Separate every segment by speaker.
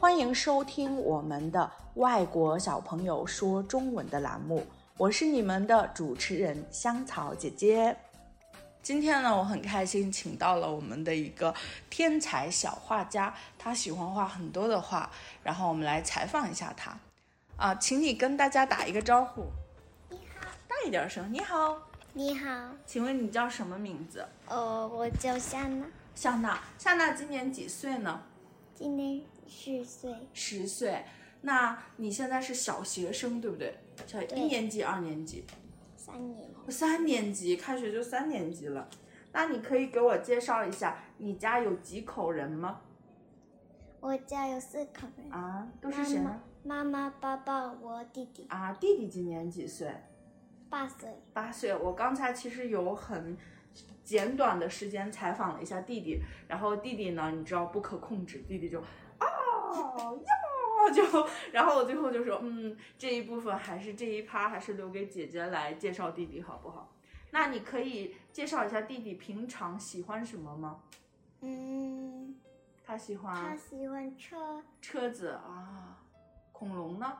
Speaker 1: 欢迎收听我们的外国小朋友说中文的栏目，我是你们的主持人香草姐姐。今天呢，我很开心，请到了我们的一个天才小画家，他喜欢画很多的画，然后我们来采访一下他。啊，请你跟大家打一个招呼，
Speaker 2: 你好，
Speaker 1: 大一点声。你好，
Speaker 2: 你好，
Speaker 1: 请问你叫什么名字？
Speaker 2: 呃，我叫夏娜，
Speaker 1: 夏娜，夏娜今年几岁呢？
Speaker 2: 今年四岁，
Speaker 1: 十岁。那你现在是小学生对不对？小
Speaker 2: 对
Speaker 1: 一年级、二年级、
Speaker 2: 三年。
Speaker 1: 三年级，开学就三年级了。那你可以给我介绍一下你家有几口人吗？
Speaker 2: 我家有四口人，
Speaker 1: 啊，都是
Speaker 2: 妈
Speaker 1: 谁
Speaker 2: 妈
Speaker 1: 呢？、
Speaker 2: 妈妈、爸爸、我弟弟，
Speaker 1: 啊，弟弟今年几岁？
Speaker 2: 八岁。
Speaker 1: 八岁。我刚才其实有很简短的时间采访了一下弟弟，然后弟弟呢，你知道不可控制，弟弟就哦哟就，然后我最后就说，嗯，这一部分还是这一趴还是留给姐姐来介绍弟弟好不好？那你可以介绍一下弟弟平常喜欢什么吗？
Speaker 2: 嗯，
Speaker 1: 他喜
Speaker 2: 他
Speaker 1: 欢
Speaker 2: 喜欢车，
Speaker 1: 车子啊，恐龙呢？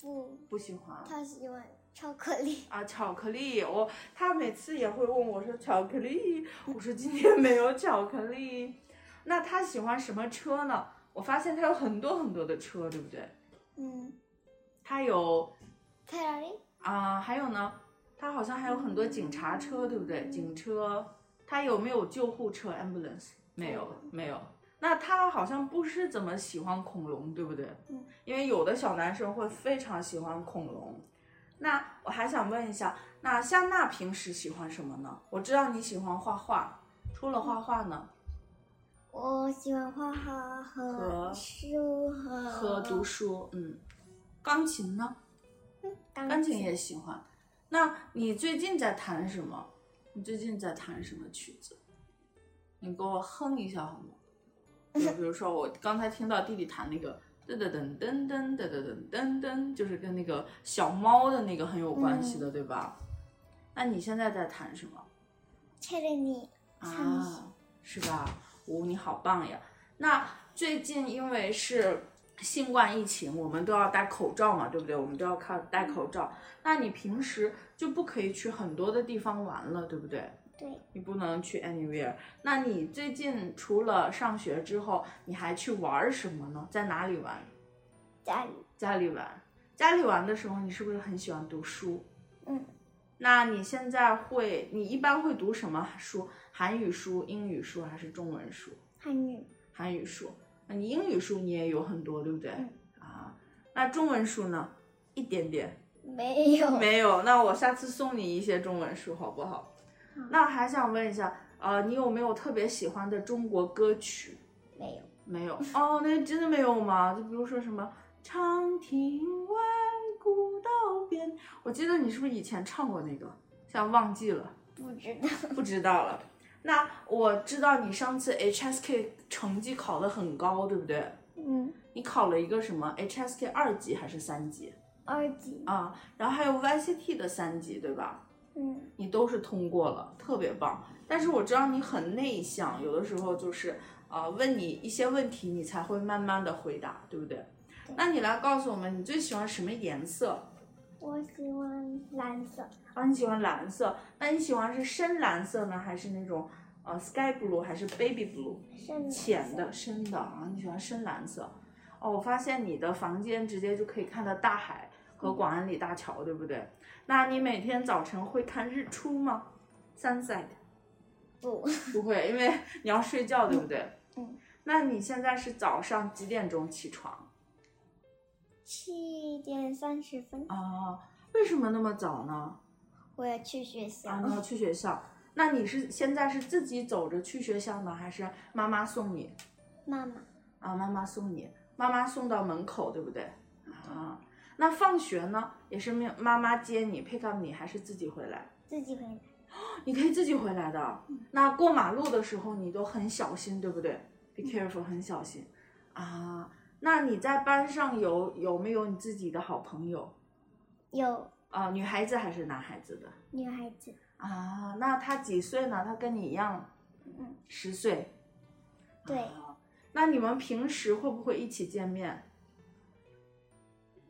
Speaker 2: 不，
Speaker 1: 不喜欢。
Speaker 2: 他喜欢巧克力。
Speaker 1: 啊，巧克力！我他每次也会问我说巧克力，我说今天没有巧克力。那他喜欢什么车呢？我发现他有很多很多的车，对不对？
Speaker 2: 嗯，
Speaker 1: 他有
Speaker 2: 佩拉利，
Speaker 1: 啊、还有呢，他好像还有很多警察车，对不对？警车，他有没有救护车 ambulance？没有，没有。那他好像不是怎么喜欢恐龙，对不对？
Speaker 2: 嗯。
Speaker 1: 因为有的小男生会非常喜欢恐龙。那我还想问一下，那夏娜平时喜欢什么呢？我知道你喜欢画画，除了画画呢，
Speaker 2: 我喜欢画画和
Speaker 1: 和
Speaker 2: 书和
Speaker 1: 和读书，嗯，钢琴呢？
Speaker 2: 钢
Speaker 1: 钢琴也喜欢。那你最近在弹什么？你最近在弹什么曲子？你给我哼一下好吗？就比如说，我刚才听到弟弟弹那个噔噔噔噔噔噔噔噔噔噔，就是跟那个小猫的那个很有关系的，对吧？那你现在在弹什么？
Speaker 2: 切了你，唱一首
Speaker 1: 啊，是吧？哦，你好棒呀！那最近因为是新冠疫情，我们都要戴口罩嘛，对不对？我们都要靠戴口罩。那你平时就不可以去很多的地方玩了，对不对？
Speaker 2: 对，
Speaker 1: 你不能去 anywhere。那你最近除了上学之后，你还去玩儿什么呢？在哪里玩？啊
Speaker 2: 家里，
Speaker 1: 家里玩。家里玩的时候，你是不是很喜欢读书？
Speaker 2: 嗯，
Speaker 1: 那你现在会，你一般会读什么书？韩语书、英语书还是中文书？
Speaker 2: 汉语，
Speaker 1: 韩语书。那你英语书你也有很多，对不对？
Speaker 2: 嗯
Speaker 1: 啊，那中文书呢？一点点，
Speaker 2: 没有，
Speaker 1: 没有。那我下次送你一些中文书，好不好？
Speaker 2: 嗯
Speaker 1: 那还想问一下，呃，你有没有特别喜欢的中国歌曲？
Speaker 2: 没有，
Speaker 1: 没有哦，那真的没有吗？就比如说什么“长亭外，古道边”，我记得你是不是以前唱过那个？现在忘记了，
Speaker 2: 不知道。
Speaker 1: 不知道了。那我知道你上次 HSK 成绩考得很高，对不对？
Speaker 2: 嗯，
Speaker 1: 你考了一个什么 HSK 二级还是三级
Speaker 2: 二级，
Speaker 1: 啊？然后还有 YCT 的三级，对吧？
Speaker 2: 嗯，
Speaker 1: 你都是通过了，特别棒。但是我知道你很内向，有的时候就是呃，问你一些问题，你才会慢慢的回答，对不对？那你来告诉我们，你最喜欢什么颜色？
Speaker 2: 我喜欢蓝色，
Speaker 1: 啊，你喜欢蓝色，那你喜欢是深蓝色呢，还是那种呃 sky blue，还是 baby blue？
Speaker 2: 深蓝色
Speaker 1: 浅的、深的啊，你喜欢深蓝色。哦，我发现你的房间直接就可以看到大海和
Speaker 2: 嗯
Speaker 1: 广安里大桥，对不对？那你每天早晨会看日出吗？Sunset。
Speaker 2: 不，
Speaker 1: 不会，因为你要睡觉，对不对？
Speaker 2: 嗯。
Speaker 1: 那你现在是早上几点钟起床
Speaker 2: 七点三十分
Speaker 1: 啊？为什么那么早呢？
Speaker 2: 我要去学 校，
Speaker 1: 啊，你要去学校？那你是现在是自己走着去学校呢，还是妈妈送你？
Speaker 2: 妈妈
Speaker 1: 啊，妈妈送你，妈妈送到门口，对不对？啊，那放学呢，也是没有妈妈接你，pick up 你，还是自己回来？
Speaker 2: 自己回来，
Speaker 1: 你可以自己回来的。那过马路的时候你都很小心，对不对？Be careful，很小心啊。那你在班上有有没有你自己的好朋友
Speaker 2: 有
Speaker 1: 啊？女孩子还是男孩子的
Speaker 2: 女孩子，
Speaker 1: 啊？那他几岁呢？他跟你一样
Speaker 2: 嗯，
Speaker 1: 十岁。
Speaker 2: 对
Speaker 1: 啊那你们平时会不会一起见面？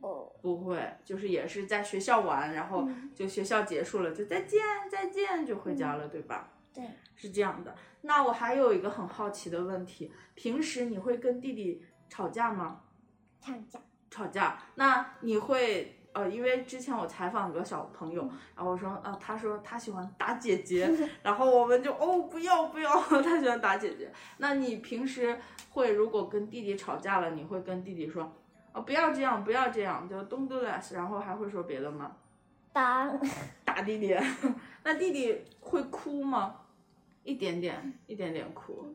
Speaker 2: 哦，
Speaker 1: 不会，就是也是在学校玩，然后
Speaker 2: 嗯
Speaker 1: 就学校结束了就再见再见就回家了，对吧？
Speaker 2: 对，
Speaker 1: 是这样的。那我还有一个很好奇的问题，平时你会跟弟弟吵架吗？
Speaker 2: 吵架，
Speaker 1: 吵架，那你会呃，因为之前我采访一个小朋友，然后我说啊、呃他说他喜欢打姐姐，然后我们就哦不要不要， 他喜欢打姐姐。那你平时会如果跟弟弟吵架了，你会跟弟弟说啊、不要这样不要这样，就 don't do that，然后还会说别的吗？
Speaker 2: 当
Speaker 1: 打弟 弟，那弟弟会哭吗？一点点，一点点哭。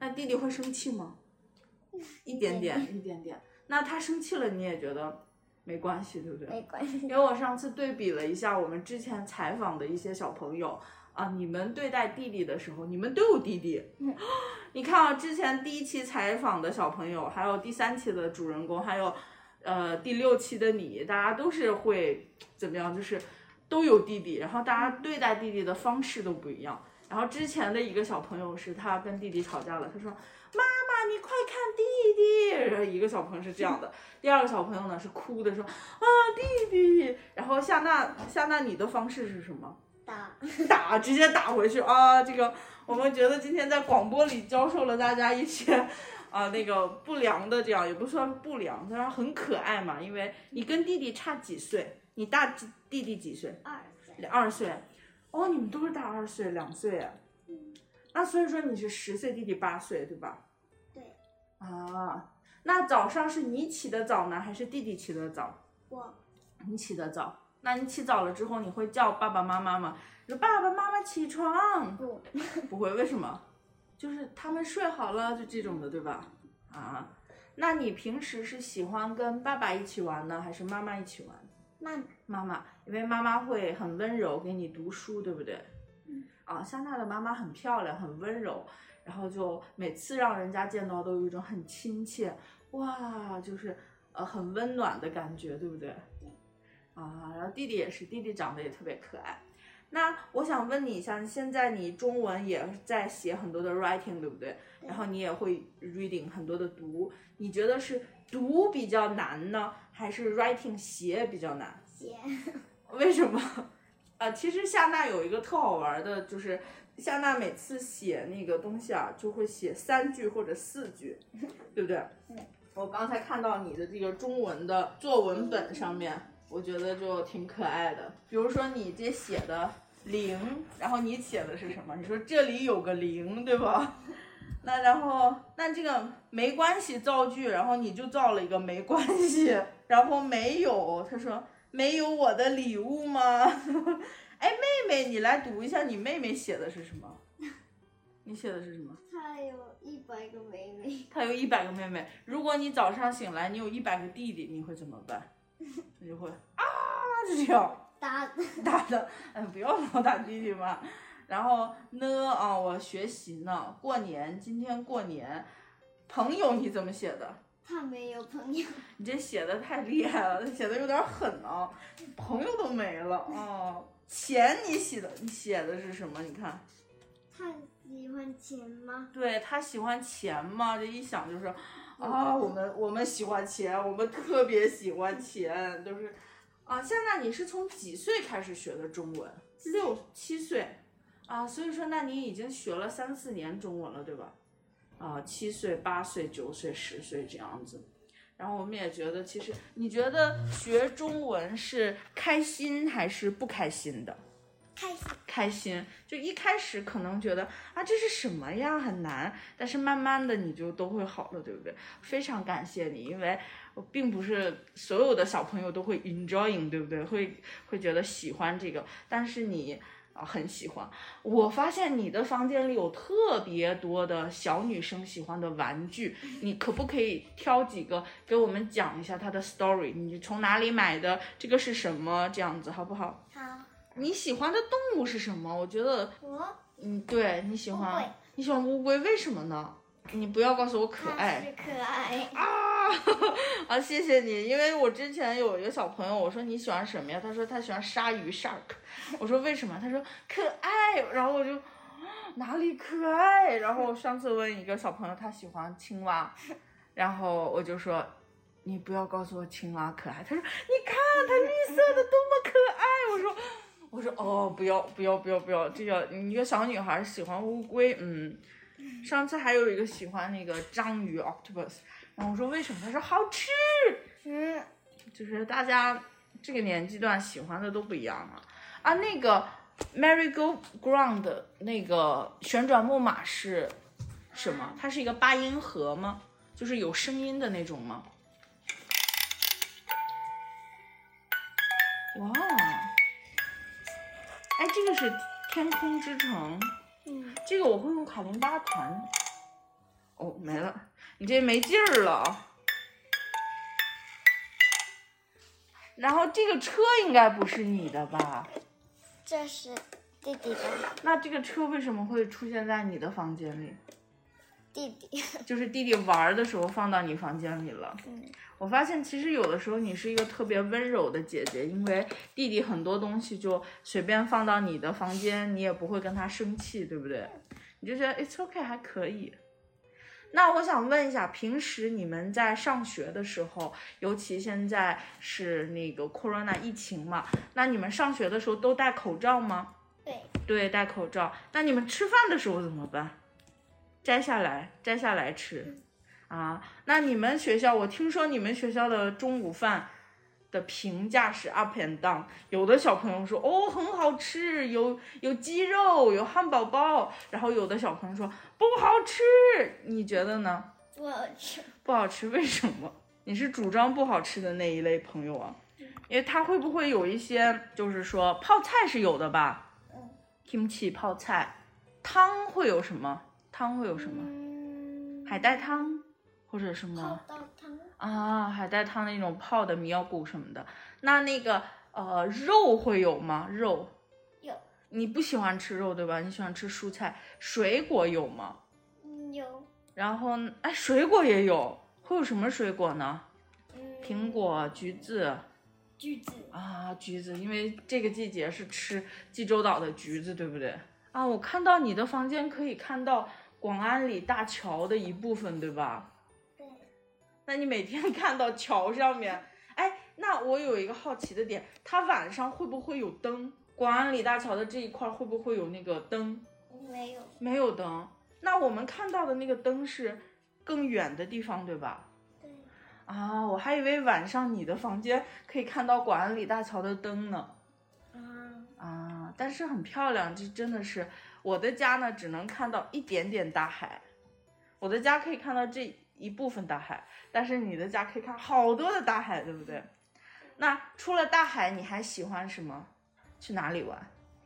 Speaker 1: 那弟弟会生气吗？一点点，一点点。那他生气了，你也觉得没关系，对不对？
Speaker 2: 没 关系。
Speaker 1: 因为我上次对比了一下我们之前采访的一些小朋友啊，你们对待弟弟的时候，你们都有弟弟。
Speaker 2: 嗯
Speaker 1: 你看啊，之前第一期采访的小朋友，还有第三期的主人公，还有呃第六期的你，大家都是会怎么样？就是都有弟弟，然后大家对待弟弟的方式都不一样。然后之前的一个小朋友是他跟弟弟吵架了，他说：“妈妈，你快看弟弟。”然后一个小朋友是这样的，第二个小朋友呢是哭的说：“啊，弟弟。”然后夏娜，夏娜，你的方式是什么？
Speaker 2: 打
Speaker 1: 打，直接打回去啊！这个我们觉得今天在广播里教授了大家一些啊那个不良的，这样也不算不良，但是很可爱嘛。因为你跟弟弟差几岁？你大几弟弟几岁？
Speaker 2: 二岁，
Speaker 1: 二岁。哦，你们都是大二岁、两岁啊。
Speaker 2: 嗯，
Speaker 1: 那所以说你是十岁，弟弟八岁，对吧？
Speaker 2: 对
Speaker 1: 啊，那早上是你起的早呢，还是弟弟起的早？
Speaker 2: 我
Speaker 1: 你起得早，那你起早了之后，你会叫爸爸妈妈吗？你说爸爸妈妈起床，
Speaker 2: 不
Speaker 1: 不会，为什么？就是他们睡好了，就这种的，对吧？啊，那你平时是喜欢跟爸爸一起玩呢，还是妈妈一起玩？
Speaker 2: 妈妈
Speaker 1: 妈妈，因为妈妈会很温柔给你读书，对不对？
Speaker 2: 嗯。
Speaker 1: 啊，香奈的妈妈很漂亮，很温柔，然后就每次让人家见到都有一种很亲切，哇，就是呃很温暖的感觉，对不对？啊，然后弟弟也是，弟弟长得也特别可爱。那我想问你一下，现在你中文也在写很多的 writing，对不对？
Speaker 2: 对
Speaker 1: 然后你也会 reading 很多的读，你觉得是读比较难呢，还是 writing 写比较难？
Speaker 2: 姐，
Speaker 1: 为什么？啊，其实夏娜有一个特好玩的，就是夏娜每次写那个东西啊，就会写三句或者四句，对不对
Speaker 2: 嗯？
Speaker 1: 我刚才看到你的这个中文的作文本上面，我觉得就挺可爱的。比如说你这写的零，然后你写的是什么？你说这里有个零，对吧？那然后那这个没关系造句，然后你就造了一个没关系，然后没有，他说没有我的礼物吗？ 哎，妹妹，你来读一下你妹妹写的是什么？你写的是什么？
Speaker 2: 她有一百个妹妹，
Speaker 1: 她有一百个妹妹。如果你早上醒来，你有一百个弟弟，你会怎么办？你就会啊，就这样。
Speaker 2: 打
Speaker 1: 打的，嗯，不要老打弟弟嘛。然后呢啊，我学习呢，过年，今天过年，朋友你怎么写的？
Speaker 2: 她没有朋友，
Speaker 1: 你这写的太厉害了，写的有点狠啊，朋友都没了啊。钱你写的，你写的是什么？你看，
Speaker 2: 她喜欢钱吗？
Speaker 1: 对他喜欢钱嘛，这一想就是，啊，我们我们喜欢钱，我们特别喜欢钱，就是，啊，现在你是从几岁开始学的中文？六七岁，啊，所以说那你已经学了三四年中文了，对吧？啊，七岁、八岁、九岁、十岁这样子。然后我们也觉得，其实你觉得学中文是开心还是不开心的？
Speaker 2: 开心，
Speaker 1: 开心，就一开始可能觉得啊这是什么呀很难，但是慢慢的你就都会好了，对不对？非常感谢你，因为我并不是所有的小朋友都会 enjoying，对不对？会会觉得喜欢这个，但是你啊很喜欢。我发现你的房间里有特别多的小女生喜欢的玩具，你可不可以挑几个给我们讲一下它的 story？你从哪里买的？这个是什么？这样子好不好？
Speaker 2: 好，
Speaker 1: 你喜欢的动物是什么？我觉得，
Speaker 2: 我
Speaker 1: 嗯，对你喜
Speaker 2: 乌龟
Speaker 1: 欢，你喜欢乌龟，为什么呢？你不要告诉我可
Speaker 2: 她
Speaker 1: 爱
Speaker 2: 是可爱，
Speaker 1: 啊！谢谢你，因为我之前有一个小朋友，我说你喜欢什么呀？他说他喜欢鲨鱼 shark，我说为什么？他说可爱，然后我就哪里可爱？然后上次问一个小朋友他喜欢青蛙，然后我就说你不要告诉我青蛙可爱，他说你看它绿色的多么可爱，我说我说哦不要不要不要不要，这个一个小女孩喜欢乌龟，嗯，上次还有一个喜欢那个章鱼 octopus，然后我说为什么？他说好吃，
Speaker 2: 嗯，
Speaker 1: 就是大家这个年纪段喜欢的都不一样了啊。那个 Merry Go Round 那个旋转木马是什么？它是一个八音盒吗？就是有声音的那种吗？哇，哎，这个是天空之城，
Speaker 2: 嗯，
Speaker 1: 这个我会用卡林巴弹。哦，没了，你这没劲儿了啊。然后这个车应该不是你的吧？
Speaker 2: 这是弟弟的
Speaker 1: 那这个车为什么会出现在你的房间里？
Speaker 2: 弟弟，
Speaker 1: 就是弟弟玩儿的时候放到你房间里了。
Speaker 2: 嗯，
Speaker 1: 我发现其实有的时候你是一个特别温柔的姐姐，因为弟弟很多东西就随便放到你的房间，你也不会跟他生气，对不对？你就觉得 it's okay 还可以。那我想问一下，平时你们在上学的时候，尤其现在是那个 corona 疫情嘛，那你们上学的时候都戴口罩吗？
Speaker 2: 对，
Speaker 1: 对，戴口罩。那你们吃饭的时候怎么办？摘下来，摘下来吃。啊，那你们学校，我听说你们学校的中午饭的评价是 up and down，有的小朋友说哦很好吃，有有鸡肉，有汉堡包，然后有的小朋友说不好吃，你觉得呢？
Speaker 2: 不好吃，
Speaker 1: 不好吃，为什么？你是主张不好吃的那一类朋友啊？因为他会不会有一些，就是说泡菜是有的吧？
Speaker 2: 嗯
Speaker 1: kimchi 泡菜，汤会有什么？汤会有什么？
Speaker 2: 嗯，
Speaker 1: 海带汤或者什
Speaker 2: 泡
Speaker 1: 么
Speaker 2: 到汤，
Speaker 1: 啊？海带汤那种泡的米药骨什么的。那那个呃肉会有吗？肉
Speaker 2: 有，
Speaker 1: 你不喜欢吃肉对吧？你喜欢吃蔬菜，水果有吗？
Speaker 2: 嗯有，
Speaker 1: 然后哎，水果也有，会有什么水果呢？
Speaker 2: 嗯，
Speaker 1: 苹、果、橘子
Speaker 2: 橘子，
Speaker 1: 啊，橘子，因为这个季节是吃济州岛的橘子，对不对？啊，我看到你的房间可以看到广安里大桥的一部分，对吧？
Speaker 2: 对，
Speaker 1: 那你每天 看到桥上面，哎，那我有一个好奇的点，它晚上会不会有灯？广安里大桥的这一块会不会有那个灯？
Speaker 2: 没有，
Speaker 1: 没有灯。那我们看到的那个灯是更远的地方，对吧？
Speaker 2: 对，
Speaker 1: 啊，我还以为晚上你的房间可以看到广安里大桥的灯呢。
Speaker 2: 啊，
Speaker 1: 啊，但是很漂亮，这真的是我的家呢，只能看到一点点大海。我的家可以看到这一部分大海，但是你的家可以看好多的大海，对不对？那除了大海，你还喜欢什么？去哪里玩？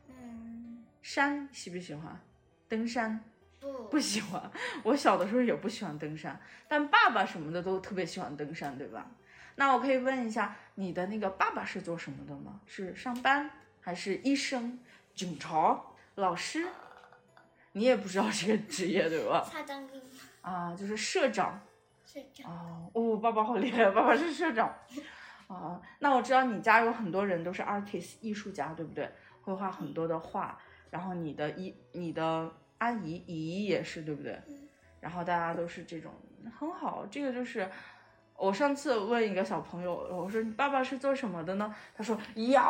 Speaker 2: 嗯，
Speaker 1: 山喜不喜欢？登山
Speaker 2: 不，
Speaker 1: 不喜欢。我小的时候也不喜欢登山，但爸爸什么的都特别喜欢登山，对吧？那我可以问一下，你的那个爸爸是做什么的吗？是上班还是医生、警察、老师？你也不知道这个职业对吧？
Speaker 2: 擦干净，
Speaker 1: 啊，就是社长
Speaker 2: 睡觉，
Speaker 1: 哦，哦，爸爸好厉害，爸爸是社长。 啊，那我知道你家有很多人都是 artist 艺术家，对不对？会画很多的画，然后你的姨、你的阿姨、姨姨也是，对不对？
Speaker 2: 嗯
Speaker 1: 然后大家都是这种很好，这个就是我上次问一个小朋友，我说你爸爸是做什么的呢？他说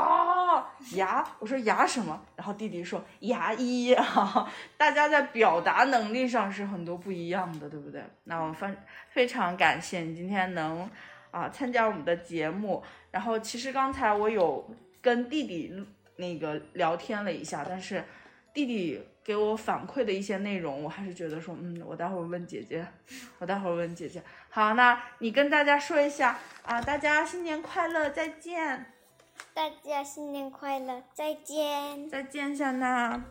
Speaker 1: 牙牙，我说牙什么？然后弟弟说牙医啊， 大家在表达能力上是很多不一样的，对不对？那我非非常感谢你今天能啊、参加我们的节目，然后其实刚才我有跟弟弟录那个聊天了一下，但是弟弟给我反馈的一些内容，我还是觉得说，嗯，我待会儿问姐姐，我待会儿问姐姐。好，那你跟大家说一下啊，大家新年快乐，再见，
Speaker 2: 大家新年快乐，再见。
Speaker 1: 再见，夏娜，